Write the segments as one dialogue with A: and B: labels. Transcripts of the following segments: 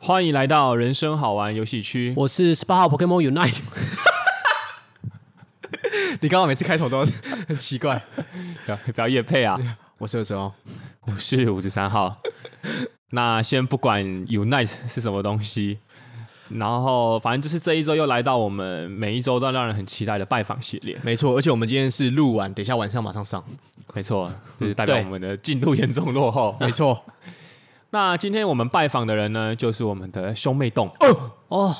A: 欢迎来到人生好玩游戏区。
B: 我是十八号 Pokemon Unite，
C: 你刚刚每次开头都很奇怪。
A: 不要不要夜配啊！
C: 我是二十哦，
A: 我是五十三 号。那先不管 Unite 是什么东西，然后反正就是这一周又来到我们每一周都让人很期待的拜访系列。
C: 没错，而且我们今天是录完，等一下晚上马上上。
A: 没错，就是代表
B: 对
A: 我们的进度严重落后。
C: 没错，
A: 那今天我们拜访的人呢，就是我们的兄妹洞。
B: 哦，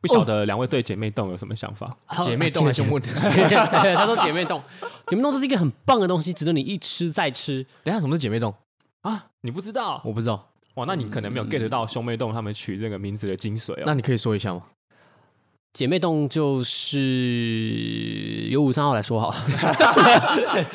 A: 不晓得两位对姐妹洞有什么想法？
B: 好
C: 姐妹洞还是兄妹？
B: 姐
C: 洞？
B: 妹姐妹对他说姐妹洞， 姐妹洞这是一个很棒的东西，值得你一吃再吃。
C: 等一下什么是姐妹洞？哦
A: 啊，你不知道
C: 我不知道，
A: 哇？那你可能没有
C: 嗯
A: get 到兄妹洞他们取这个名字的精髓哦。
C: 那你可以说一下吗？
B: 姐妹洞就是由五三号来说好了，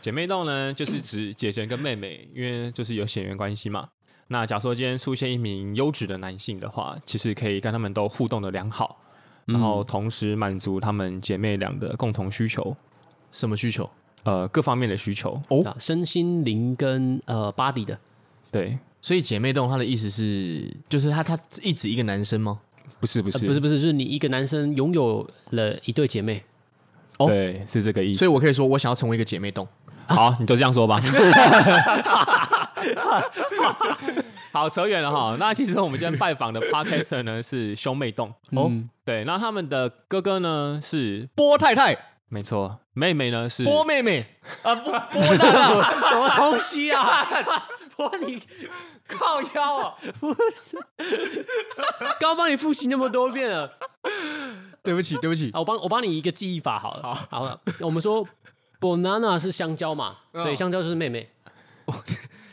A: 姐妹洞呢，就是指姐姐跟妹妹，因为就是有血缘关系嘛。那假如说今天出现一名优质的男性的话，其实可以跟他们都互动的良好，然后同时满足他们姐妹俩的共同需求，
C: 什么需求？
A: 呃，各方面的需求。
C: 哦
B: 啊 身心灵跟呃 body 的，
A: 对，
C: 所以姐妹洞它的意思是，就是他他一直一个男生吗？
A: 不是不
B: 呃
A: 是、
B: 不是不是，就是你一个男生拥有了一对姐妹，
C: 哦
A: 对，是这个意思。
C: 所以我可以说我想要成为一个姐妹洞。
A: 好，你就这样说吧。 好，扯远了哈。那其实我们今天拜访的 podcaster 呢是兄妹洞哦，对，那他们的哥哥呢是
C: 波太太，
A: 没错，妹妹呢是
C: 波妹妹，
B: 什么东西啊？ 我你靠腰啊！不是， 刚帮你复习那么多遍了
C: 对不起，对不起，
B: 啊！我帮我帮你一个记忆法好了。好，了，我们说 banana 是香蕉嘛，所以香蕉就是妹妹。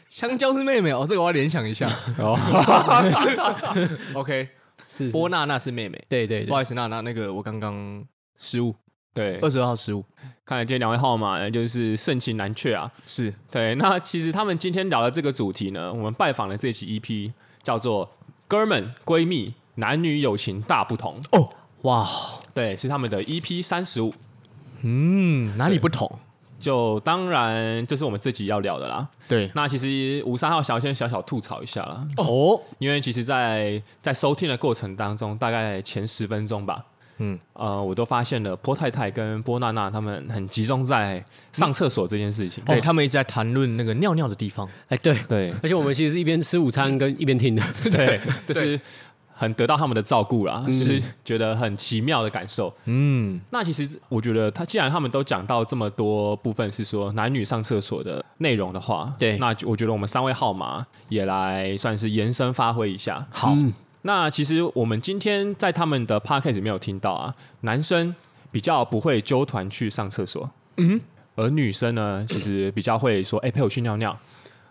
C: 香蕉是妹妹哦，这个我要联想一下。
A: 哦，
C: OK，
B: 是
C: 波娜娜是妹妹，
B: 对对
C: 不好
B: 对，
C: 意思，娜娜，那个我刚刚失误，
A: 对，
C: 二十二号失误
A: 看来这两位号码呢就是盛情难却啊。
C: 是
A: 对，那其实他们今天聊的这个主题呢，我们拜访的这期 EP 叫做“哥们闺蜜男女友情大不同
C: 哦，
B: 哇，”，
A: 对，是他们的 EP 三十五。
C: 嗯，哪里不同？
A: 就当然，这是我们这集要聊的啦。
C: 对，
A: 那其实五三号想要先小小吐槽一下啦，
B: 哦，
A: 因为其实在，在收听的过程当中，大概前十分钟吧，
C: 嗯，
A: 呃，我都发现了波太太跟波娜娜他们很集中在上厕所这件事情。
C: 对、他们一直在谈论那个尿尿的地方，
B: 哎对，
A: 对
B: 而且我们其实是一边吃午餐跟一边听的。
A: 对，嗯就是很得到他们的照顾啦，是觉得很奇妙的感受。
C: 嗯，
A: 那其实我觉得，他既然他们都讲到这么多部分是说男女上厕所的内容的话，
B: 对
A: 那就我觉得我们三位号码也来算是延伸发挥一下。嗯
C: 好，
A: 那其实我们今天在他们的 podcast 里面有听到啊，男生比较不会揪团去上厕所，嗯，而女生呢，其实比较会说，哎、陪我去尿尿，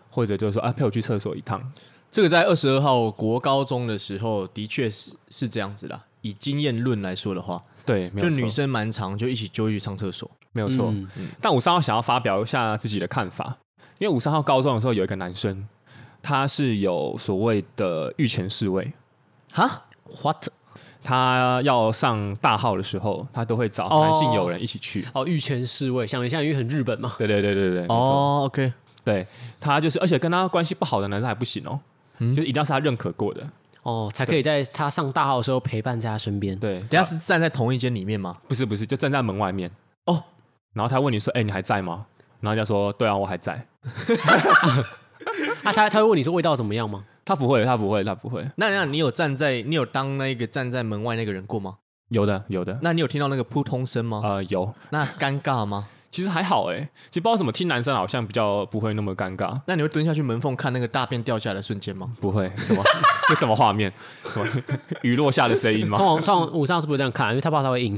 A: 或者就是说，啊，陪我去厕所一趟。
C: 这个在二十二号国高中的时候，的确是是这样子啦。以经验论来说的话，
A: 对，没
C: 就
A: 有错
C: 女生蛮长，就一起揪去上厕所。
A: 没有错。
B: 嗯
A: 但五三号想要发表一下自己的看法，因为五三号高中的时候有一个男生，他是有所谓的御前侍卫，
C: 哈，
B: ，what？
A: 他要上大号的时候，他都会找男性友人一起去。
B: 哦，御前侍卫，想一下，因为很日本嘛。
A: 对对对对对，没错，
C: 哦，OK，
A: 对他就是，而且跟他关系不好的男生还不行哦，就是一定要是他认可过的。
B: 哦，才可以在他上大号的时候陪伴在他身边。
A: 对，
C: 等一下是站在同一间里面吗？
A: 不是不是，就站在门外面
C: 哦，
A: 然后他问你说：“哎、你还在吗？”然后人家说：“对啊，我还在。
B: 啊，他他会问你说味道怎么样吗？”
A: 他不会，他不会，他不会。
C: 那那你有站在，你有当那个站在门外那个人过吗？
A: 有的，有的，
C: 那你有听到那个扑通声吗？
A: 呃，有。
C: 那尴尬吗？
A: 其实还好哎、其实不知道怎么听男生好像比较不会那么尴尬。
C: 那你会蹲下去门缝看那个大便掉下来的瞬间吗？
A: 不会，什么？ 这什么画面？什么 雨落下的声音
B: 通
A: 吗？
B: 常通常五三哦是不会这样看，因为他怕他会硬。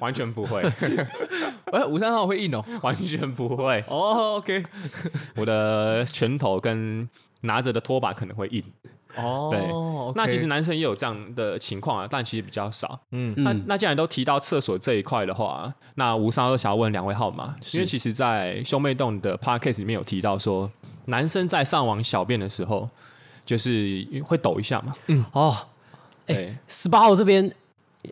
A: 完全不会，
C: 哎，五三号会硬哦。
A: 完全不会。
C: 哦，OK，
A: 我的拳头跟拿着的拖把可能会硬。
C: 哦，
A: 对
C: OK
A: 那其实男生也有这样的情况啊，但其实比较少。
C: 嗯
A: 那那既然都提到厕所这一块的话，那吴三都想要问两位号码，因为其实，在兄妹洞的 podcast 里面有提到说，男生在上完小便的时候，就是会抖一下嘛。
B: 哦，
A: 对，
B: 十八号这边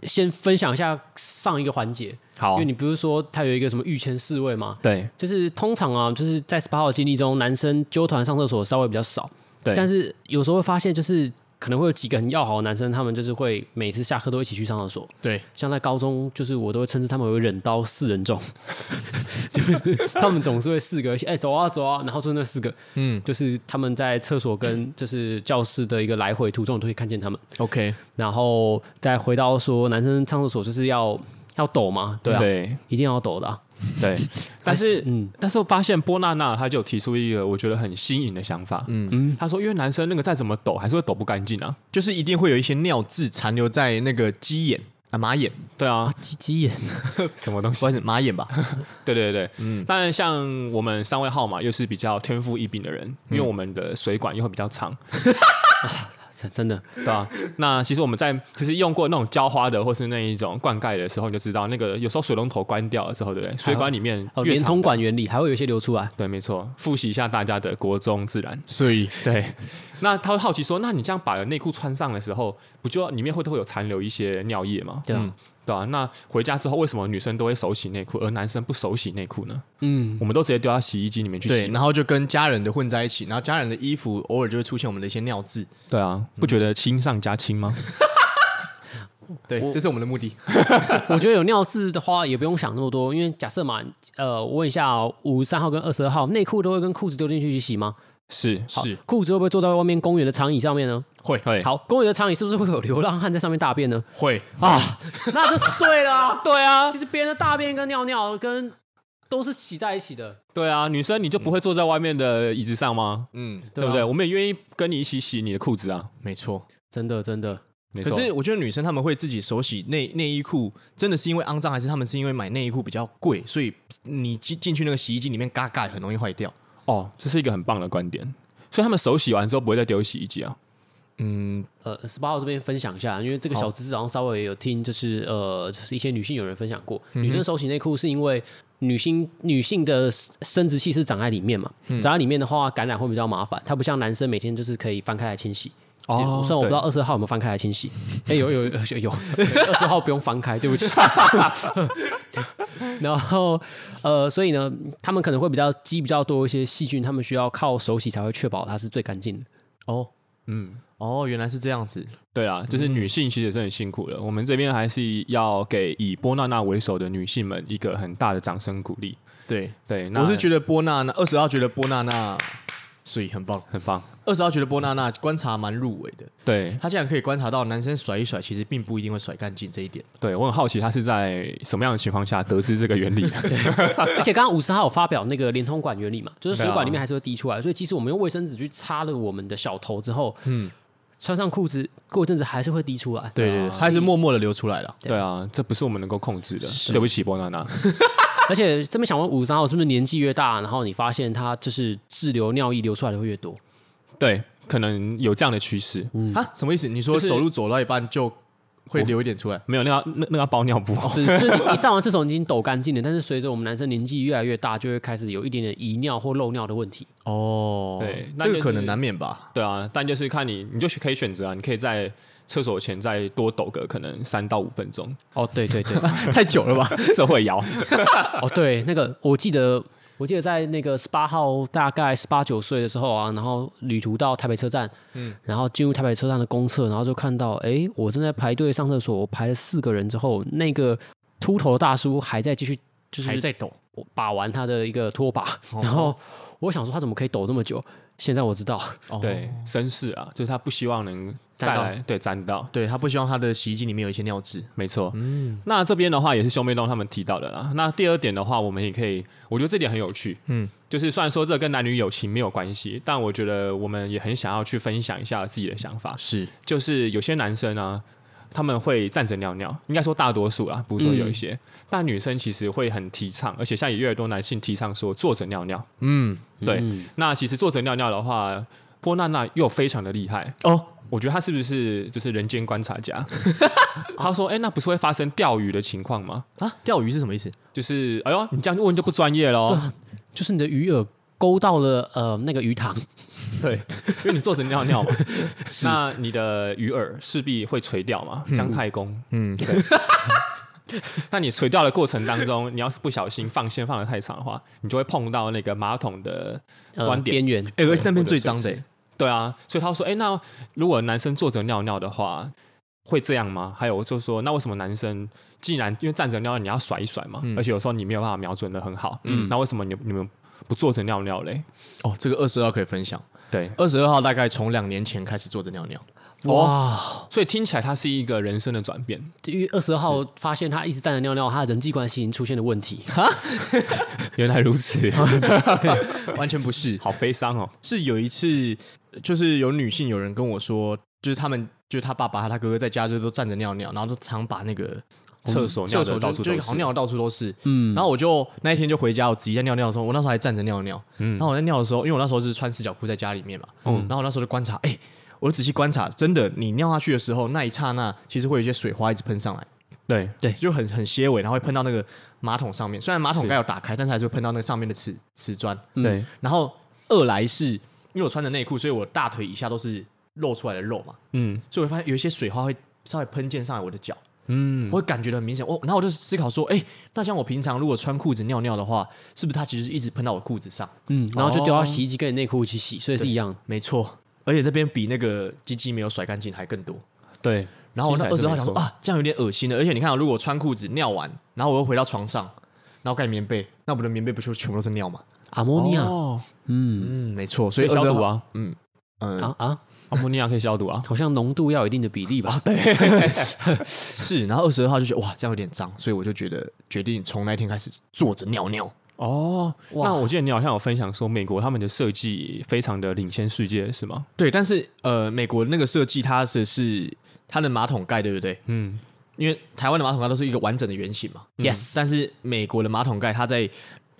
B: 先分享一下上一个环节，因
A: 好
B: 为，你不是说他有一个什么御前侍卫吗？
A: 对
B: 就是通常啊，就是在十八号经历中，男生纠团上厕所稍微比较少，
A: 对，
B: 但是有时候会发现，就是可能会有几个很要好的男生，他们就是会每次下课都一起去上厕所。
C: 对，
B: 像在高中，就是我都会称之他们为“忍刀四人众”， 就是他们总是会四个一起，哎、走啊走啊，然后就那四个，嗯，就是他们在厕所跟就是教室的一个来回途中，你都会看见他们。
C: OK，
B: 然后再回到说，男生上厕所就是要要抖嘛，对啊，
A: 对
B: 一定要抖的啊、
A: 对， 但是
B: 嗯，
A: 但是我发现波娜娜她就有提出一个我觉得很新颖的想法，嗯嗯，她说因为男生那个再怎么抖还是会抖不干净啊，
C: 就是一定会有一些尿渍残留在那个鸡眼啊马眼，
A: 对啊，
B: 鸡鸡眼，
A: 什么东
C: 不
A: 西？
C: 好意思，马眼吧。
A: 对对对，嗯，当然像我们三位号码又是比较天赋异禀的人，因为我们的水管又会比较长，
B: 真真的，
A: 对啊，那其实我们在其实用过那种浇花的或是那一种灌溉的时候，你就知道那个有时候水龙头关掉的时候，对不对？水管里面
B: 哦，
A: 越
B: 连
A: 长
B: 通管原理还会有一些流出来，
A: 对，没错，复习一下大家的国中自然。
C: 所以
A: 对，那他会好奇说，那你这样把内裤穿上的时候，不就里面会都会有残留一些尿液吗？
B: 对啊，
A: 对啊，那回家之后为什么女生都会手洗内裤，而男生不手洗内裤呢？
B: 嗯，
A: 我们都直接丢到洗衣机里面去洗
C: 对，。然后就跟家人的混在一起，然后家人的衣服偶尔就会出现我们的一些尿渍。
A: 对啊，
B: 嗯
A: 不觉得亲上加亲 吗？
C: 对，这是我们的目的。
B: 我觉得有尿渍的话也不用想那么多，因为假设嘛，呃，我问一下五十三号跟二十二号内裤都会跟裤子丢进去一起洗吗？
A: 是
B: 好
C: 是，
B: 裤子会不会坐在外面公园的长椅上面呢？
C: 会
A: 对，
B: 好，公园的长椅是不是会有流浪汉在上面大 便呢？
C: 会，
B: 啊，那就是对了 啊。
A: 对啊
B: 其，实别人的大便跟尿尿跟都是洗在一起的，
A: 对啊，女生你就不会坐在外面的椅子上吗？
C: 嗯，
A: 对
B: 啊
A: 不对？？我们也愿意跟你一起洗你的裤子啊。
C: 没错。
B: 真的真的，
A: 没
C: 可
A: 错，
C: 是我觉得女生她们会自己手洗内内衣裤，真的是因为肮脏，还是她们是因为买内衣裤比较贵，所以你进进去那个洗衣机里面，嘎嘎很容易坏掉。
A: 哦，这是一个很棒的观点。所以他们手洗完之后不会再丢洗衣机啊。
C: 嗯，
B: 呃，十八号这边分享一下，因为这个小知识好像稍微有听，就是呃，就是一些女性有人分享过，女生手洗内裤是因为女性女性的生殖器是长在里面嘛，长在里面的话感染会比较麻烦，它不像男生每天就是可以翻开来清洗。
A: 哦
B: 虽然我不知道二十号有没有翻开来清洗，哎、有有有有有，二十号不用翻开，对不起。 然后呃，所以呢，他们可能会比较积比较多一些细菌，他们需要靠手洗才会确保它是最干净的。
C: 哦，
A: 嗯，
C: 哦，原来是这样子。
A: 对啦，就是
C: 嗯
A: 女性其实也是很辛苦的。我们这边还是要给以波娜娜为首的女性们一个很大的掌声鼓励。
C: 对，
A: 对，那
C: 我是觉得波娜娜二十号觉得波娜娜，所以很棒。
A: 很棒。
C: 二十号觉得波娜娜观察蛮入围的，
A: 对，
C: 她竟然可以观察到男生甩一甩，其实并不一定会甩干净这一点。
A: 对我很好奇，她是在什么样的情况下得知这个 原理的？
B: 而且刚刚五十号有发表那个连通管原理嘛，就是水
A: 对啊
B: 管里面还是会滴出来，所以即使我们用卫生纸去擦了我们的小头之后，嗯，穿上裤子过一阵子还是会滴出来。
C: 对对对，她还是默默的流出来了。
A: 对啊，这不是我们能够控制的。对不起，波娜娜。
B: 而且这边想问五十号是不是年纪越大，然后你发现它就是滞留尿液流出来的会越多？
A: 对，可能有这样的趋势。
C: 啊，什么意思？你说
A: 就是
C: 走路走到一半就会流一点出来？
A: 没有，那要那那要包尿布。
C: 哦
B: 就是就是你你上完厕所已经抖干净了，但是随着我们男生年纪越来越大，就会开始有一点点遗尿或漏尿的问题。
C: 哦，
A: 对那
C: 这
A: 就
C: 个可
A: 是
C: 能难免 吧。
A: 对啊，但就是看你，你就可以选择啊，你可以在厕所前再多抖个可能三到五分钟，
B: 哦，对对对，
C: 太久了 吧？
A: 社会摇。
B: 哦，对，那个我记得，我记得在那个十八号，大概十八九岁的时候啊，然后旅途到台北车站，嗯，然后进入台北车站的公厕，然后就看到，哎，我正在排队上厕所，我排了四个人之后，那个秃头大叔还在继续，就是
C: 抖。
B: 我把玩他的一个拖把，
A: 哦
B: 然后我想说他怎么可以抖那么久？现在我知道，
C: 哦
A: 对，绅士啊，就是他不希望能带
B: 沾到
A: 来对沾到。
C: 对，他不希望他的洗衣机里面有一些尿渍。
A: 没错，嗯，那这边的话也是兄妹洞他们提到的啦。那第二点的话，我们也可以，我觉得这点很有趣，嗯，就是虽然说这跟男女友情没有关系，但我觉得我们也很想要去分享一下自己的想法。
C: 是，
A: 就是有些男生啊，他们会站着尿尿，应该说大多数啊，不是说有一些，但女生其实会很提倡，而且现在也越来越多男性提倡说坐着尿尿。
C: 嗯，
A: 对，那其实坐着尿尿的话，波娜娜又非常的厉害，
C: 哦，
A: 我觉得他是不是就是人间观察家？ 他说：“哎、那不是会发生钓鱼的情况吗？
C: 啊，钓鱼是什么意思？
A: 就是，哎呦，你这样问就不专业喽。
B: 就是你的鱼饵勾到了呃那个鱼塘，
A: 对，因为你坐着尿尿 嘛，那你的鱼饵势必会垂掉嘛，姜太公。嗯，对。 那你垂掉的过程当中，你要是不小心放线放的太长的话，你就会碰到那个马桶的
B: 呃
A: 观点。
B: 边缘
C: 哎、而且那边最脏的、
A: 或者对啊，所以他说，哎、那如果男生坐着尿尿的话，会这样吗？还有就说，那为什么男生既然因为站着尿尿你要甩一甩嘛，
C: 嗯
A: 而且有时候你没有办法瞄准的很好，嗯，那为什么你你们不坐着尿尿嘞？
C: 哦，这个二十二可以分享。
A: 对，
C: 二十二号大概从两年前开始坐着尿 尿，
A: 哦
B: 哇！
A: 所以听起来它是一个人生的转变，
B: 因为二十号发现他一直站着尿尿，他的人际关系已经出现了问题。
A: 原来如 此，
C: 完全不是，
A: 好悲伤哦。
C: 是有一次就是有女性有人跟我说，就是他们就是他爸爸和他哥哥在家就都站着尿尿，然后都常把那个
A: 厕所
C: 厕
A: 尿
C: 所
A: 的
C: 就
A: 到处
C: 就
A: 都
C: 好
A: 是，
C: 像尿得到处都是。嗯，然后我就那一天就回家，我自己在尿尿的时候，我那时候还站着尿尿。嗯，然后我在尿的时候，因为我那时候是穿四角裤在家里面嘛，嗯，然后我那时候就观察，哎、我仔细观察，真的，你尿下去的时候，那一刹那其实会有一些水花一直喷上来，
A: 对，
C: 对，就很很些尾，然后会喷到那个马桶上面。虽然马桶
A: 是
C: 盖有打开，但是还是会喷到那个上面的瓷瓷砖。
A: 对，
C: 然后二来是因为我穿着内裤，所以我大腿以下都是露出来的肉嘛，
A: 嗯
C: 所以我发现有一些水花会稍微喷溅上来我的脚。
A: 嗯，
C: 我会感觉得很明显。哦，然后我就思考说，哎、那像我平常如果穿裤子尿尿的话，是不是它其实一直喷到我裤子上？
B: 嗯，然后就丢到洗衣机跟你内裤一起洗，所以是一样的。
C: 没错，而且那边比那个鸡鸡没有甩干净还更多。
A: 对，
C: 然后我那二
A: 听起
C: 十
A: 来
C: 号
A: 是没错
C: 想说啊，这样有点恶心了。而且你看啊，如果我穿裤子尿完，然后我又回到床上，然后盖棉被，那我的棉被不就全部都是尿吗？
B: 阿莫尼亚，
A: 哦，
B: 嗯
C: 嗯，没错，所
A: 可
C: 以
A: 以消
C: 22
A: 毒
C: 号，
A: 啊，
C: 嗯，
B: 啊啊，
A: 阿莫尼亚可以消毒啊，
B: 好像浓度要有一定的比例吧？
C: 是。然后二十二号就觉得哇，这样有点脏，所以我就觉得决定从那一天开始坐着尿尿。
A: 哦，
B: 哇
A: 那我记得你好像有分享说，美国他们的设计非常的领先世界，是吗？
C: 对，但是呃，美国那个设计它是是它的马桶盖，对不对？
A: 嗯，
C: 因为台湾的马桶盖都是一个完整的圆形嘛。
B: Yes
C: 但是美国的马桶盖它在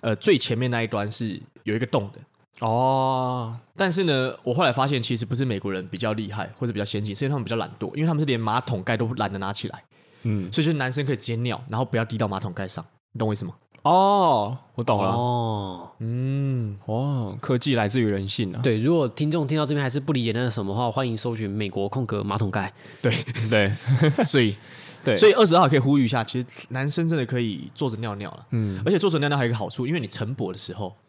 C: 呃最前面那一端是有一个洞的。
A: 哦，
C: 但是呢，我后来发现其实不是美国人比较厉害或者比较先进，是因为他们比较懒惰，因为他们是连马桶盖都懒得拿起来，
A: 嗯，
C: 所以就是男生可以直接尿，然后不要滴到马桶盖上，你懂我意思吗？
A: 哦，我懂了，
B: 哦，
C: 嗯，
A: 哦，科技来自于人性啊，
B: 对，如果听众听到这边还是不理解那是什么的话，欢迎搜寻美国空格马桶盖。
C: 对，
A: 对
C: 所以
A: 对，
C: 所
A: 以
C: 以二十号可以呼吁一下，其实男生真的可以坐着尿尿了，
A: 嗯
C: 嗯，而且坐着尿尿还有一个好处，因为你晨勃的时候，
A: 嗯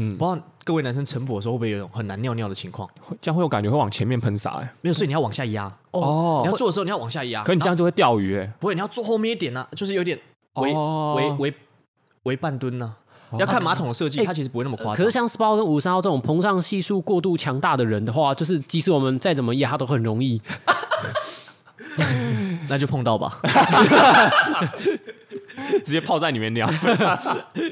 C: 嗯，不知道各位男生晨勃的时候会不会有一种很难尿尿的情况？
A: 这样会有感觉会往前面喷洒哎，
C: 没有，所以你要往下压，
A: 哦
C: 你要做的时候你要往下压，
A: 可你这
C: 然
A: 样就会钓鱼哎
C: 后，不会，你要坐后面一点呢、啊就是有点围
A: 哦
C: 围围围半蹲呢、要看马桶的设计，
B: 哎
C: 它其实不会那么夸
B: 可
C: 张
B: 是。像十八号跟五十三号这种膨胀系数过度强大的人的话，就是即使我们再怎么压，他都很容易。
C: 那就碰到吧，
A: 直接泡在里面尿，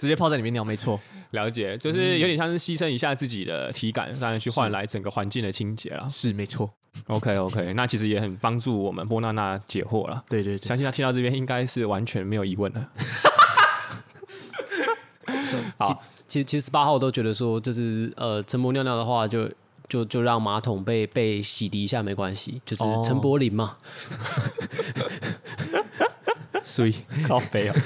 C: 直接泡在里面尿，没错。
A: 了解，就是有点像是牺牲一下自己的体感，当然去换来整个环境的清洁啦。
C: 是没错，
A: OK OK，那其实也很帮助我们波娜娜解惑了。
C: 对对对，
A: 相信他听到这边应该是完全没有疑问 的。好，
B: 其实其实十八号都觉得说，就是呃，晨勃尿尿的话就。就就让马桶被被洗涤一下没关系，就是
C: 哦
B: 陈柏霖嘛，
C: 所以
A: 靠背哦。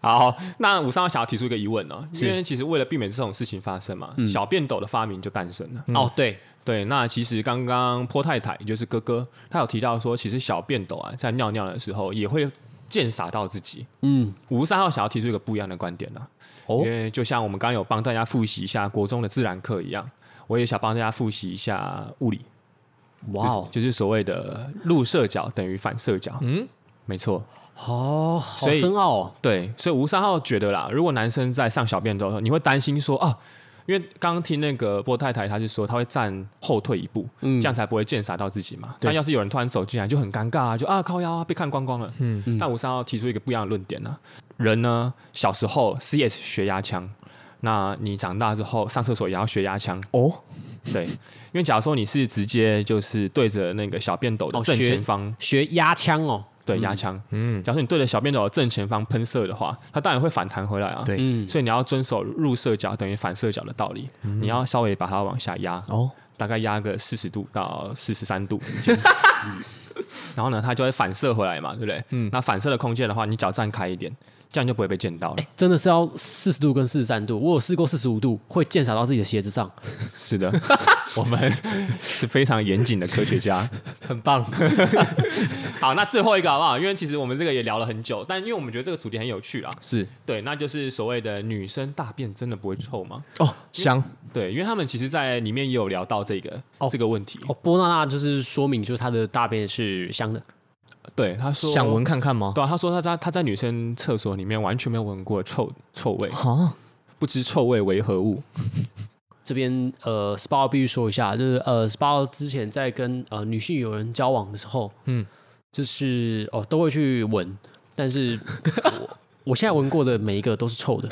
A: 好，那五三二想要提出一个疑问呢、因为其实为了避免这种事情发生
B: 嗯
A: 嘛，小便斗的发明就诞生了。
B: 哦对，
A: 对，那其实刚刚坡太太，也就是哥哥，他有提到说，其实小便斗啊，在尿尿的时候也会溅洒到自己。
B: 嗯，
A: 五十三号想要提出一个不一样的观点呢、
B: 哦
A: 因为就像我们刚刚有帮大家复习一下国中的自然课一样，我也想帮大家复习一下物理，
B: 哇哦，
A: 就是就是所谓的入射角等于反射角。嗯，没错。
B: 哦，好
A: 所以
B: 深奥哦，
A: 对，所以吴三号觉得啦，如果男生在上小便的时候，你会担心说啊，因为刚刚听那个波太太，她是说她会站后退一步，
B: 嗯
A: 这样才不会溅洒到自己嘛。但要是有人突然走进来，就很尴尬啊，就啊靠腰啊，被看光光了。嗯，但吴三号提出一个不一样的论点呢、人呢小时候 CS 学压枪，那你长大之后上厕所也要学压枪，
C: 哦，
A: 对，因为假如说你是直接就是对着那个小便斗的
B: 哦
A: 正
B: 学
A: 前方。
B: 学压枪哦，
A: 对压枪。嗯，假如你对着小便斗的正前方喷射的话，它当然会反弹回来啊。
C: 对
A: 嗯，所以你要遵守入射角等于反射角的道理，你要稍微把它往下压，
C: 哦，
A: 大概压个四十度到四十三度之 间。然后呢，它就会反射回来嘛，对不对？嗯，那反射的空间的话，你脚站开一点，这样就不会被溅到了。
B: 真的是要四十度跟四十三度，我有试过四十五度，会溅洒到自己的鞋子上。
A: 是 的，我们是非常严谨的科学家。
C: 很棒。
A: 好，那最后一个好不好？因为其实我们这个也聊了很久，但因为我们觉得这个主题很有趣啦。
C: 是
A: 对，那就是所谓的女生大便真的不会臭吗？
C: 哦，香
A: 对，因为他们其实，在里面也有聊到这个、这个问题。
B: 哦，波娜娜就是说明，就是她的大便是香的，
A: 对，他说
C: 想闻看看吗？
A: 对啊，他说他在他在女生厕所里面完全没有闻过臭臭味，
C: 啊，
A: 不知臭味为何物。
B: 这边呃，SPA 必须说一下，就是呃，SPA 之前在跟呃女性友人交往的时候，嗯
C: 嗯，
B: 就是哦都会去闻，但是我 我现在闻过的每一个都是臭的，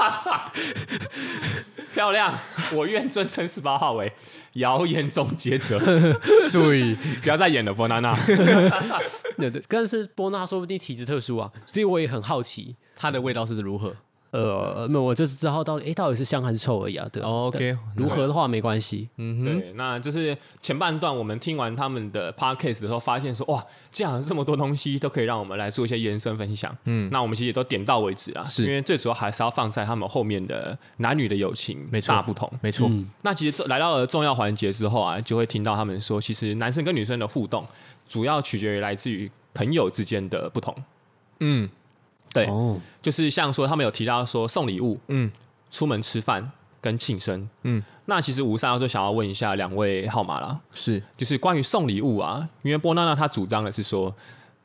A: 漂亮，我愿尊称十八号为谣言终结者，
C: 所以
A: 不要再演了，佛娜娜。
B: 对对。但是波娜说不定体质特殊啊，所以我也很好奇，
C: 它的味道是如何
B: 呃，没有，我就是知道到底诶到底是香还是臭而已啊，对。
C: 哦
B: 对
C: ？OK，
B: 如何的话没关系，
C: 嗯
A: 对，那就是前半段我们听完他们的 podcast 的时候，发现说哇，这样这么多东西都可以让我们来做一些延伸分享。嗯，那我们其实也都点到为止啦，
C: 是
A: 因为最主要还是要放在他们后面的男女的友情
C: 没错
A: 大不同。
C: 没错，
A: 那其实这来到了重要环节之后啊，就会听到他们说，其实男生跟女生的互动主要取决于来自于朋友之间的不同。
C: 嗯，
A: 对，
B: 哦，
A: 就是像说他们有提到说送礼物，嗯
C: 嗯，
A: 出门吃饭跟庆生，嗯
C: 嗯，
A: 那其实吴三幺就想要问一下两位号码啦，
C: 是
A: 就是关于送礼物啊，因为波娜娜她主张的是说，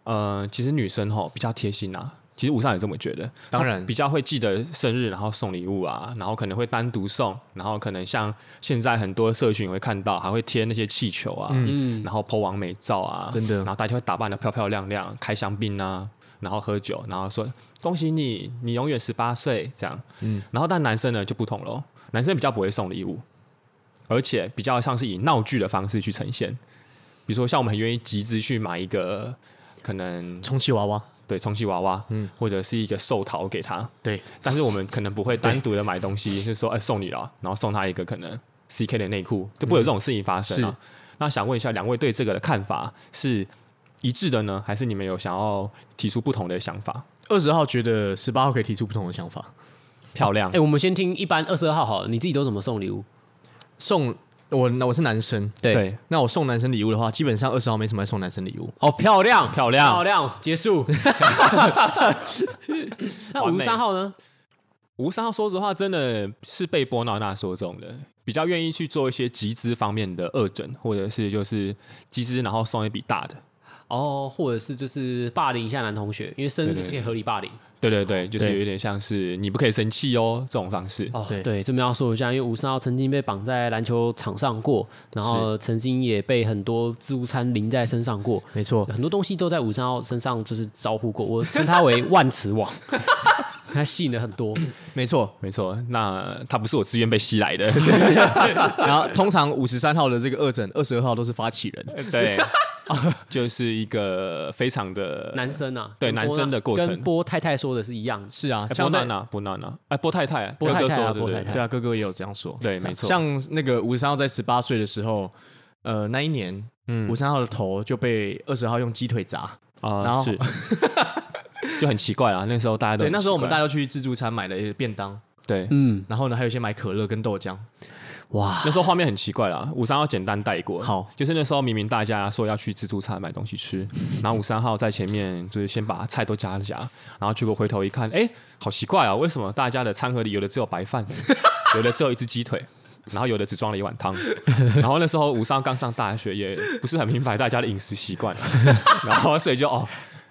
A: 呃，其实女生吼比较贴心啊。其实吴尚也这么觉得，
C: 当然
A: 她比较会记得生日，然后送礼物啊，然后可能会单独送，然后可能像现在很多社群会看到，还会贴那些气球啊，
B: 嗯，
A: 然后 po 完美照啊，
C: 真的
A: 然后大家会打扮的漂漂亮亮，开香槟啊，然后喝酒，然后说恭喜你，你永远十八岁这样，嗯，然后但男生呢就不同咯，男生比较不会送礼物，而且比较像是以闹剧的方式去呈现，比如说像我们很愿意集资去买一个。可能
C: 充气娃娃，
A: 对充气娃娃，嗯，或者是一个寿桃给他，
C: 对，
A: 但是我们可能不会单独的买东西，就是说，哎、送你了，然后送他一个可能 CK 的内裤，就不会有这种事情发生、啊那想问一下，两位对这个的看法是一致的呢，还是你们有想要提出不同的想法？
C: 二十号觉得十八号可以提出不同的想法，
A: 漂亮，
B: 哎、我们先听一般二十二号好了，你自己都怎么送礼物？
C: 送我那我是男生，
B: 对
A: 对，
C: 那我送男生礼物的话，基本上二十号没什么在送男生礼物，
B: 哦，漂亮，
A: 漂亮
B: 漂亮，结束。那
A: 完
B: 五
A: 美
B: 十三号呢？
A: 吴三号说实话，真的是被波娜娜说中的，比较愿意去做一些集资方面的二诊，或者是就是集资然后送一笔大的。
B: 哦，或者是就是霸凌一下男同学，因为生日就是可以合理霸凌。
A: 对对对，就是
C: 对
A: 有点像是你不可以生气哦这种方式。
B: 哦
C: 对
B: 对，这边要说一下，因为五十三号曾经被绑在篮球场上过，然后曾经也被很多自助餐淋在身上过，
C: 没错，
B: 很多东西都在五十三号身上就是招呼过，我称他为万 磁王。他吸引了很多，
C: 没错。
A: 没错，那他不是我自愿被吸来的，
C: 然后通常五十三号的这个二诊，二十二号都是发起人，
A: 对， 就是一个非常的
B: 男生啊，
A: 对
B: 跟波
A: 男生的过程
B: 跟波太太说的是一样的。
C: 是啊
A: 哎，波
C: 像
A: 娜
C: 在
A: 娜，波娜娜，哎，波太太，
B: 波太太
A: 哥哥说
B: 啊
A: 对
B: 波
A: 对
B: 太太
A: 对
C: 对啊，哥哥也有这样说，
A: 对，没错，
C: 像那个五十三号在十八岁的时候，呃，那一年，
A: 嗯
C: 五十三号的头就被二十号用鸡腿砸。然
A: 啊
C: 后
A: 是，就很奇怪啊，那时候大家都
C: 对，那时候我们大
A: 家
C: 家都去自助餐买了便当，
A: 对。
B: 嗯，
C: 然后呢，还有一些买可乐跟豆浆。
B: 哇，
A: 那时候画面很奇怪啦，五三号简单带过。
C: 好，
A: 就是那时候明明大家说要去自助餐买东西吃，然后五三号在前面就是先把菜都夹了夹，然后结果回头一看，哎、好奇怪啊，为什么大家的餐盒里有的只有白饭，有的只有一只鸡腿？然后有的只装了一碗汤，然后那时候五三号刚上大学，也不是很明白大家的饮食习惯，然后所以就哦，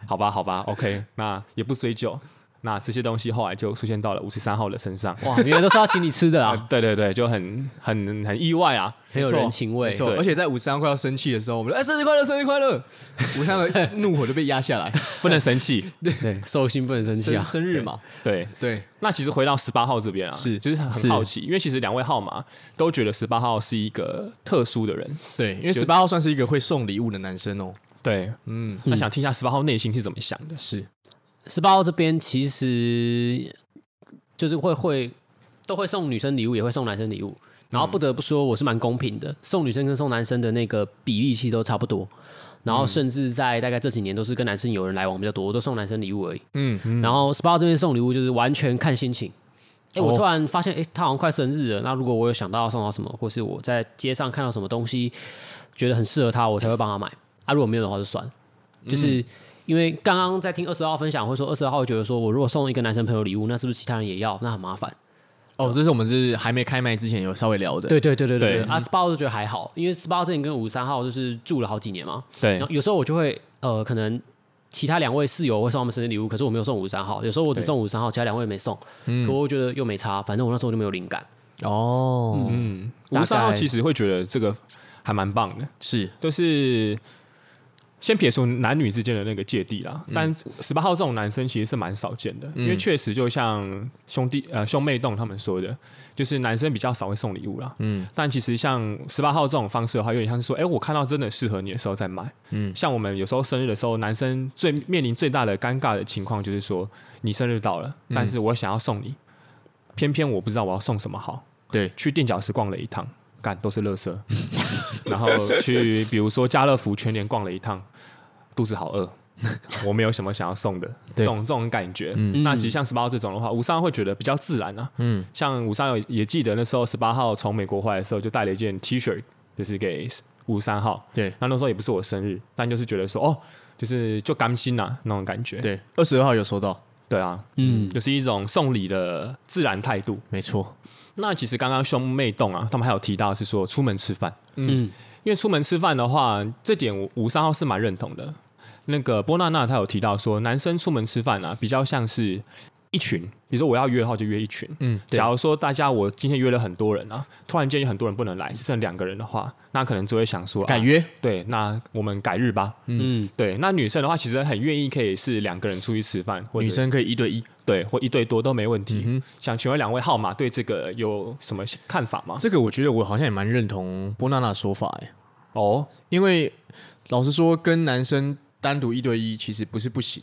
A: 好吧，好吧，OK，那也不追究，那这些东西后来就出现到了五十三号的身上，
B: 哇，原来都是要请你吃 的啊！
A: 对对对，就很很很意外啊，
B: 很有
C: 没错
B: 人情味
C: 没。错
A: 对。
C: 而且在五十三快要生气的时候，我们说：“哎，生日快乐，生日快乐！” 五十三的怒火就被压下 来。
A: 不能生 气。
B: 对，寿星不能生气
C: 生
B: 啊。
C: 生日嘛，
A: 对，
C: 对，
A: 那其实回到十八号这边啊，
C: 是
A: 就是很
B: 是
A: 好奇，因为其实两位号码都觉得十八号是一个特殊的人，
C: 对，因为十八号算是一个会送礼物的男生哦。
A: 对，
C: 嗯，
A: 那想听一下十八号内心是怎么想的？
C: 是
B: 十八号这边其实就是会会都会送女生礼物，也会送男生礼物。
C: 嗯
B: 然后不得不说，我是蛮公平的，送女生跟送男生的那个比例其实都差不多。然后甚至在大概这几年都是跟男生有人来往比较多，我都送男生礼物而已。
C: 嗯，
B: 然后 SPA 这边送礼物就是完全看心情。哎、我
C: 哦
B: 突然发现，哎、他好像快生日了。那如果我有想到要送他什么，或是我在街上看到什么东西，觉得很适合他，我才会帮他买。啊，如果没有的话就算了。就是因为刚刚在听二十号分享，会说二十号会觉得说我如果送一个男生朋友礼物，那是不是其他人也要？那很麻烦。
C: 哦，这是我们是还没开麦之前有稍微聊的，
B: 对对对对
A: 对
B: 对。啊，SPA 我就觉得还好，因为 SPA 之前跟五十三号就是住了好几年嘛。
A: 对
B: 然后有时候我就会呃，可能其他两位室友会送他们生日礼物，可是我没有送五十三号。有时候我只
A: 对
B: 送五十三号，其他两位没送，可我觉得又没差，反正我那时候就没有灵感。
C: 哦，
A: 嗯，
B: 大
A: 吴三号
B: 概
A: 其实会觉得这个还蛮棒的，
C: 是
A: 就是先撇除男女之间的那个芥蒂啦，但十八号这种男生其实是蛮少见的，因为确实就像兄弟呃兄妹洞他们说的，就是男生比较少会送礼物啦。嗯，但其实像十八号这种方式的话，有点像是说，哎、我看到真的适合你的时候再买。嗯，像我们有时候生日的时候，男生最面临最大的尴尬的情况就是说，你生日到了，但是我想要送你，偏偏我不知道我要送什么好。
C: 对
A: 去垫脚石逛了一趟，干都是垃圾。 然后去比如说家乐福全年逛了一趟，肚子好饿，我没有什么想要送的，这
C: 对嗯
A: 种这种感觉。那其实像十八号这种的话，五三会觉得比较自然啊。嗯，像五三也也记得那时候十八号从美国回来的时候，就带了一件 T 恤，就是给五三号。
C: 对
A: 那那时候也不是我生日，但就是觉得说哦。就是就甘心呐、啊那种感觉，
C: 对，二十二号有收到，
A: 对啊，
B: 嗯，
A: 就是一种送礼的自然态度。
C: 没错，
A: 那其实刚刚兄妹洞啊，他们还有提到是说出门吃饭，
B: 嗯，
A: 因为出门吃饭的话，这点我五三号是蛮认同的。那个波娜娜她有提到说，男生出门吃饭啊，比较像是一群，比如说我要约的话就约一群。
C: 嗯，对
A: 假如说大家我今天约了很多人啊，突然间有很多人不能来，只剩两个人的话，那可能就会想说
C: 改、
A: 啊
C: 约，
A: 对，那我们改日吧。
B: 嗯，
A: 对，那女生的话其实很愿意可以是两个人出去吃饭，或者
C: 女生可以一对一，
A: 对或一对多都没问题。
C: 嗯
A: 想请问两位号码对这个有什么看法吗？
C: 这个我觉得我好像也蛮认同波娜娜的说法哎，
A: 哦，
C: 因为老实说，跟男生单独一对一其实不是不行，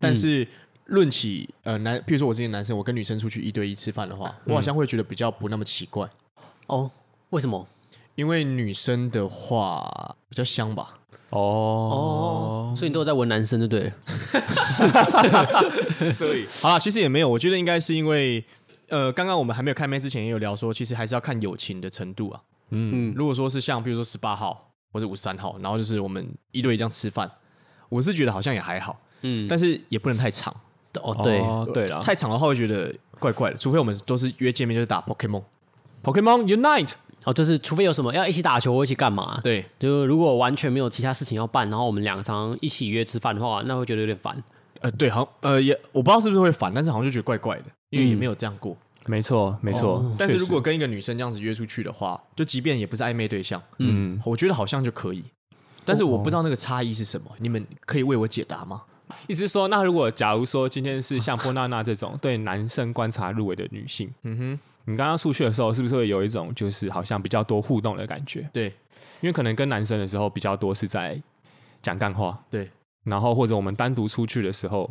C: 但是论起呃男，譬如说我之前男生，我跟女生出去一对一吃饭的话，我好像会觉得比较不那么奇怪，
B: 哦，为什么？
C: 因为女生的话比较香吧，
A: 哦
B: 哦， 所以你都有在闻男生就对了。
A: 所以
C: 好啦，其实也没有，我觉得应该是因为，呃，刚刚我们还没有开麦之前也有聊说，其实还是要看友情的程度啊。
A: 嗯
C: 嗯，如果说是像比如说十八号或者五十三号，然后就是我们一对一这样吃饭，我是觉得好像也还好，
B: 嗯，
C: 但是也不能太长，
B: 哦对，
A: 哦对了
C: 太长的话会觉得怪怪的，除非我们都是约见面就是打 Pokemon，
A: ，Pokemon Unite，
B: 哦就是除非有什么要一起打球或一起干嘛，
C: 对
B: 就如果完全没有其他事情要办，然后我们两个常常一起约吃饭的话，那会觉得有点烦。
C: 呃，对，好像，呃，也我不知道是不是会烦，但是好像就觉得怪怪的，因为也没有这样过。
A: 没错没错。
C: 但是如果
A: 嗯确实
C: 跟一个女生这样子约出去的话，就即便也不是暧昧对象，
A: 嗯，
C: 我觉得好像就可以。但是我不知道那个差异是什么，你们可以为我解答吗？
A: 一直说，那如果假如说今天是像波娜娜这种对男生观察入围的女性，嗯
C: 哼
A: 哼，你刚刚出去的时候是不是会有一种就是好像比较多互动的感觉？
C: 对
A: 因为可能跟男生的时候比较多是在讲干话，
C: 对，
A: 然后或者我们单独出去的时候，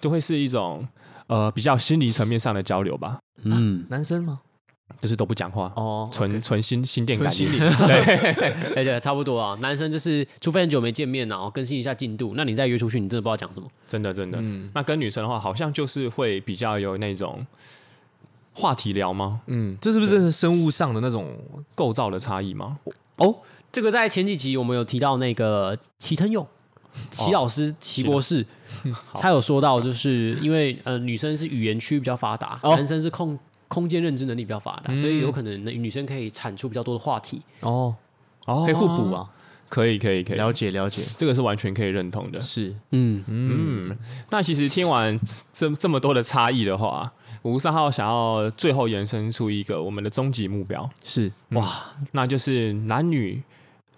A: 就会是一种呃比较心理层面上的交流吧，
B: 嗯，
C: 男生吗？
A: 就是都不讲话，
C: 哦，
A: 纯纯心心电感
C: 纯心
A: 应
C: 理。
B: 而且差不多啊，男生就是除非很久没见面，然后更新一下进度，那你再约出去，你真的不知道讲什么。
A: 真的真的。
C: 嗯
A: 那跟女生的话，好像就是会比较有那种话题聊吗？
C: 嗯，这是不是真的是生物上的那种？
A: 构造的差异吗？
B: 哦，这个在前几集我们有提到那个齐藤勇，齐老师、齐博士，他有说到，就是因为呃女生是语言区比较发达，
C: 哦
B: 男生是空空间认知能力比较发达，所以有可能女生可以产出比较多的话题。
C: 哦，
A: 哦
C: 可以互补，啊，
A: 可以可以可以，
C: 了解了解，
A: 这个是完全可以认同的。
C: 是
B: 嗯，
A: 嗯，那其实听完这这么多的差异的话，吴三号想要最后延伸出一个我们的终极目标，
C: 是，嗯
A: 哇，那就是男女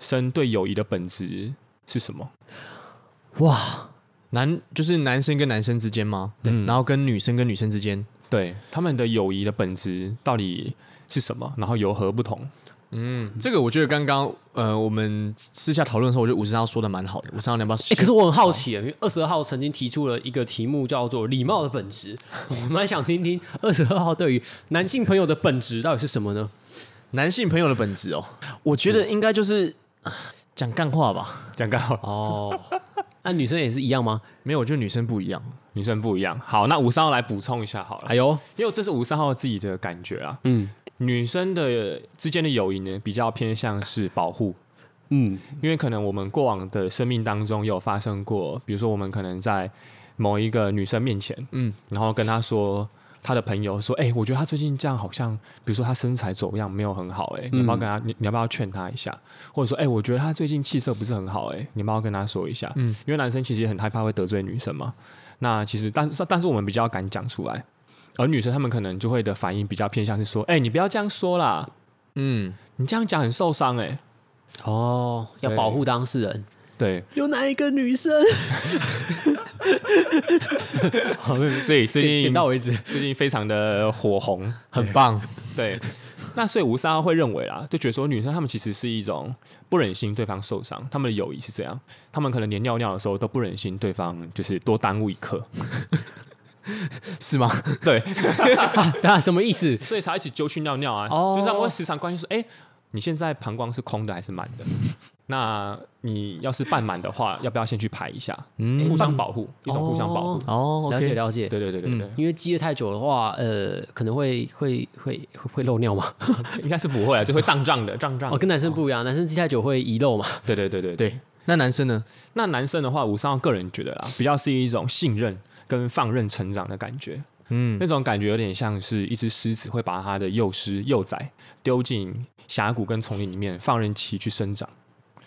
A: 生对友谊的本质是什么？
C: 男就是男生跟男生之间吗？对，
A: 嗯
C: 然后跟女生跟女生之间，
A: 对他们的友谊的本质到底是什么？然后有何不同？
C: 嗯，这个我觉得刚刚呃我们私下讨论的时候，我觉得五十三号说的蛮好的，五十三号你要不要？
B: 哎、可是我很好奇，因为二十二号曾经提出了一个题目叫做“礼貌的本质”，我蛮想听 听二十二号对于男性朋友的本质到底是什么呢？
C: 男性朋友的本质哦，我觉得应该就是讲干话吧，
A: 讲刚好
B: 哦，那女生也是一样吗？
C: 没有，我觉得女生不一样。
A: 女生不一样。好，那五三号来补充一下好了
B: 哎，呦，
A: 因为这是五三号自己的感觉啊。
B: 嗯
A: 女生的之间的友谊呢，比较偏向是保护，
B: 嗯，
A: 因为可能我们过往的生命当中有发生过，比如说我们可能在某一个女生面前，嗯
C: 嗯，
A: 然后跟她说她的朋友说，哎、我觉得她最近这样好像，比如说她身材走样没有很好、哎，你要不要跟她，你你要不要劝她一下？或者说，哎、我觉得她最近气色不是很好、哎，你要不要跟她说一下？嗯，因为男生其实也很害怕会得罪女生嘛。那其实，但是但是我们比较敢讲出来，而女生她们可能就会的反应比较偏向是说，哎、你不要这样说啦，
C: 嗯，
A: 你这样讲很受伤、哎，
B: 哦，要
A: 对
B: 保护当事人。
A: 对，
B: 有哪一个女生？
A: 所以最近
B: 点到为止，
A: 最近非常的火红，
C: 很棒。
A: 对。那所以吴三号会认为啦，就觉得说女生她们其实是一种不忍心对方受伤，她们的友谊是这样，她们可能连尿尿的时候都不忍心对方就是多耽误一刻，
C: 是吗？
A: 对，
B: 那啊什么意思？
A: 所以才一起揪去尿尿啊，
B: 哦
A: 就是他们会时常关心说，哎、你现在膀胱是空的还是满的？那你要是半满的话，要不要先去排一下？
C: 嗯
A: 互相保护，一种互相保护。
B: 哦
C: 哦
B: 了解了解。
A: 对对对对对，
B: 因为积得太久的话，呃，可能会会会会会漏尿 嘛。
A: 应该是不会啊，就会胀胀的，胀胀
B: 嗯哦，
A: 的。
B: 跟男生不一样，男生积太久会遗漏嘛。
A: 对对对对对
C: 对，那男生呢？
A: 那男生的话，五三号个人觉得啦，比较是一种信任跟放任成长的感觉。嗯，那种感觉有点像是一只狮子会把它的幼狮、幼崽丢进峡谷跟丛林里面，放任其去生长。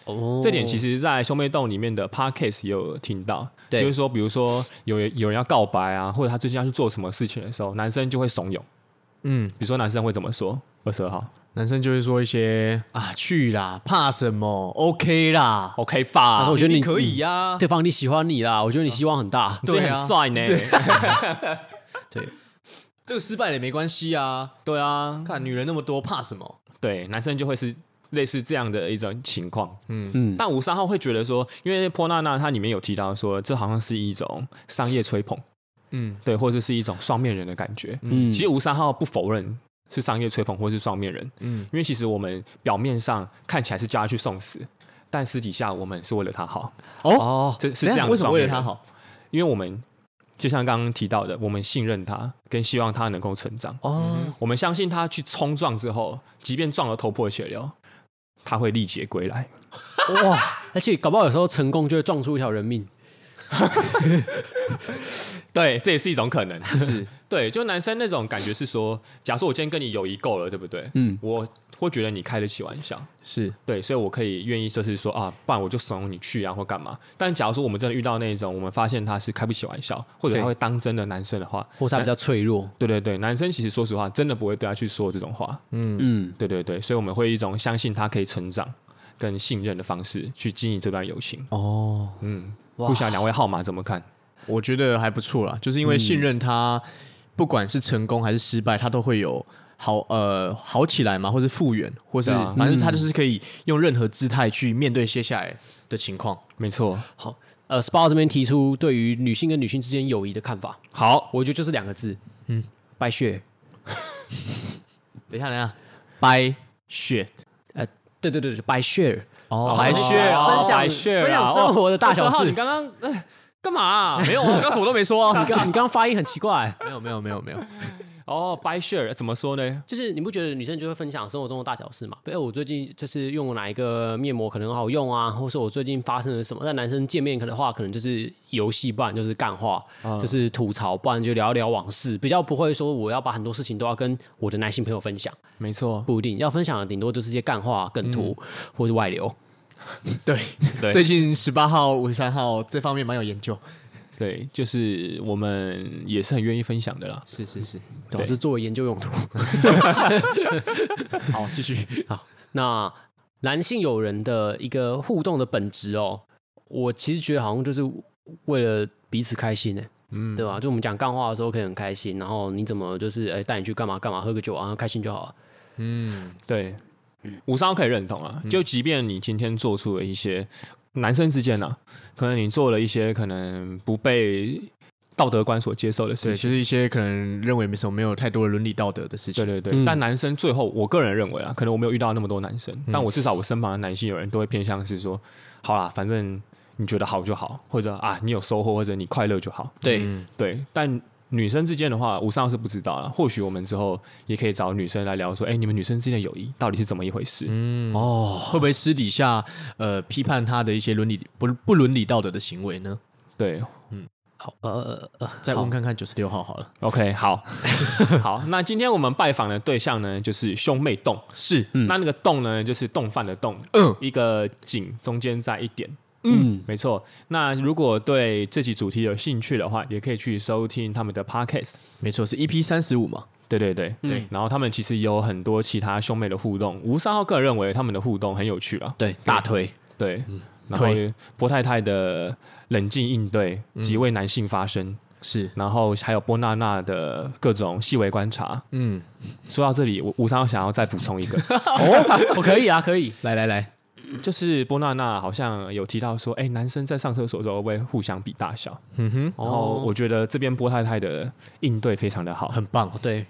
B: 哦，
A: 这点其实，在兄妹洞里面的 podcast 也有听到，
B: 对
A: 就是说，比如说有人有人要告白啊，或者他最近要去做什么事情的时候，男生就会怂恿。
C: 嗯，
A: 比如说男生会怎么说？二十二号
C: 男生就会说一些啊，去啦，怕什么？OK 啦，
A: ，OK 吧？
B: 他说我觉得你
A: 哦
B: 嗯
A: 可以呀、
B: 对方一定喜欢你啦，我觉得你希望很大。
A: 你最近
C: 对啊
A: 很帅呢。
B: 对，
C: 这个失败了也没关系啊。
A: 对啊，
C: 看女人那么多，怕什么？
A: 对，男生就会是类似这样的一种情况。
B: 嗯，
A: 但五三号会觉得说，因为波娜娜她里面有提到说，这好像是一种商业吹捧，
C: 嗯，
A: 对，或者是一种双面人的感觉。
B: 嗯
A: 其实五三号不否认是商业吹捧或是双面人，嗯
C: 嗯，
A: 因为其实我们表面上看起来是叫他去送死，但私底下我们是为了他好，
B: 哦，
A: 这是
C: 等
A: 这
C: 一下
A: 样的
C: 为什么
A: 双
C: 为
A: 面
C: 了他
A: 人？
C: 好？
A: 因为我们就像刚刚提到的，我们信任他，跟希望他能够成长。
B: 哦，
A: 我们相信他去冲撞之后，即便撞得头破血流，他会历劫归来。
B: 哇！嗯而且搞不好有时候成功就会撞出一条人命。
A: 对，这也 是一种可能。
C: 是，
A: 对，就男生那种感觉是说，假设我今天跟你友谊够了，对不对？
B: 嗯，
A: 我会觉得你开得起玩笑，
C: 是，
A: 对，所以我可以愿意就是说啊，不然我就怂恿你去啊，或干嘛。但假如说我们真的遇到那种，我们发现他是开不起玩笑，或者他
C: 对
A: 会当真的男生的话，
B: 或是他比较脆弱。
A: 对对对，男生其实说实话，真的不会对他去说这种话。
B: 嗯，
A: 对对对，所以我们会一种相信他可以成长跟信任的方式去经营这段友情。
C: 哦，
A: 嗯，
B: 哇
A: 不晓得两位号码怎么看？
C: 我觉得还不错啦，就是因为信任他，不管是成功还是失败，他都会有好呃好起来嘛，或是复原，或是、
A: 对啊
C: 反正他就是可以用任何姿态去面对接下来的情况。
A: 没错，
B: 好。呃，SPA 这边提出对于女性跟女性之间友谊的看法，
A: 好，
B: 我觉得就是两个字，嗯，拜血。
C: 等一下，等一下，by shit，
B: 对对对对，by share，
C: 哦
A: 白
C: by
A: 血
C: shit，
A: 哦
B: 分
C: 哦
B: 享
A: 白血
B: 分享
A: 啦
B: 生活的大小
A: 哦
B: 事。
A: 你刚刚哎干嘛啊？没
C: 没 有啊，我刚什么都没说
B: 你
C: 啊。
B: 刚你刚刚发音很奇怪，
C: 没有没有没有没有，
A: 哦，by share 怎么说呢？
B: 就是你不觉得女生就会分享生活中的大小事嘛？哎，我最近就是用了哪一个面膜可能很好用啊，或是我最近发生了什么？但男生见面可能的话，可能就是游戏，不然就是干话，就是吐槽，不然就聊一聊往事，比较不会说我要把很多事情都要跟我的男性朋友分享，
A: 没错，
B: 不一定要分享的，顶多就是一些干话、梗图、或是外流。
C: 对，
A: 对
C: 最近十八号、五十三号这方面蛮有研究，
A: 对，就是我们也是很愿意分享的啦。
C: 是是是，
B: 总之，作为研究用途。
C: 好，继续，
B: 那男性友人的一个互动的本质哦，我其实觉得好像就是为了彼此开心呢、嗯，对吧？就我们讲干话的时候可以很开心，然后你怎么就是哎带、你去干嘛干嘛，喝个酒啊，开心就好了。
C: 嗯，
A: 对，五三可以认同啊。
B: 嗯
A: 就即便你今天做出了一些男生之间呢、啊，可能你做了一些可能不被道德观所接受的事
C: 对，
A: 情。
C: 就是一些可能认为没什么没有太多的伦理道德的事情。
A: 对对对，但男生最后，我个人认为啊，可能我没有遇到那么多男生，但我至少我身旁的男性有人都会偏向是说，好啦，反正你觉得好就好，或者啊，你有收获或者你快乐就好。
B: 对，
A: 对，但女生之间的话，吴尚是不知道了。或许我们之后也可以找女生来聊说，哎、你们女生之间的友谊到底是怎么一回事？
C: 哦，会不会私底下呃批判他的一些伦理不不伦理道德的行为呢？
A: 对
B: 好，呃，呃
C: 再
B: 好
C: 问看看九十六号好了，
A: ，OK，好， 好，那今天我们拜访的对象呢，就是兄妹洞。
C: 是
A: 那那个洞呢，就是洞饭的洞，
C: 嗯
A: 一个井中间在一点。
B: 嗯，
A: 没错。那如果对这集主题有兴趣的话，也可以去收听他们的 podcast。
C: 没错，是 EP 三十五嘛，
A: 对对对
C: 对
A: 然后他们其实有很多其他兄妹的互动。吴三号个人认为他们的互动很有趣啊。
B: 对，大推，
A: 对，然后
C: 推
A: 波太太的冷静应对，几位男性发声，
C: 是
A: 然后还有波娜娜的各种细微观察。
C: 嗯，
A: 说到这里，我吴三号想要再补充一 个，
B: 哦，我可以啊，可以，
C: 来来来，
A: 就是波娜娜好像有提到说，哎，男生在上厕所的时候会互相比大小，
C: 嗯哼，
A: 然后我觉得这边波太太的应对非常的好，
C: 很棒，
B: 对，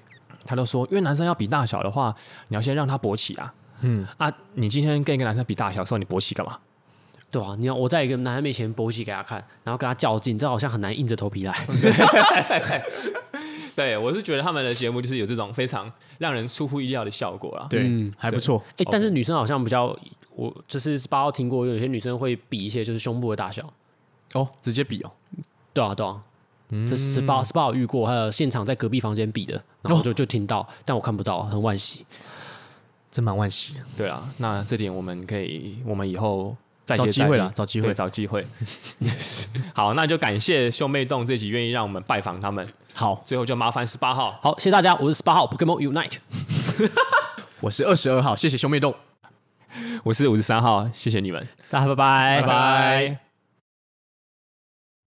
A: 她都说，因为男生要比大小的话，你要先让他勃起啊。嗯啊，你今天跟一个男生比大小的时候，你勃起干嘛？
B: 对啊，你看我在一个男人面前勃起给他看，然后跟他较劲，这好像很难硬着头皮来。
A: 对我是觉得他们的节目就是有这种非常让人出乎意料的效果啦。
C: 对，
B: 嗯
C: 还不错，
B: 哎、但是女生好像比较，我就是八号听过，有些女生会比一些就是胸部的大小。
C: 哦，直接比哦，
B: 对啊，对啊，这十八十八有遇过，还有现场在隔壁房间比的，然后我就、就听到，但我看不到，很惋惜。
C: 真蛮惋惜的，
A: 对啊，那这点我们可以，我们以后再接
C: 找机
A: 再
C: 会
A: 厉
C: 啦找机会
A: 对找机会。 好，那就感谢兄妹洞这集愿意让我们拜访他们。
C: 好，
A: 最后就麻烦十八号，
B: 好，谢谢大家，我是十八号 Pokemon Unite，
C: 我是二十二号，谢谢兄妹洞。
A: 我是五十三号，谢谢你们，
B: 大家拜拜
A: 拜拜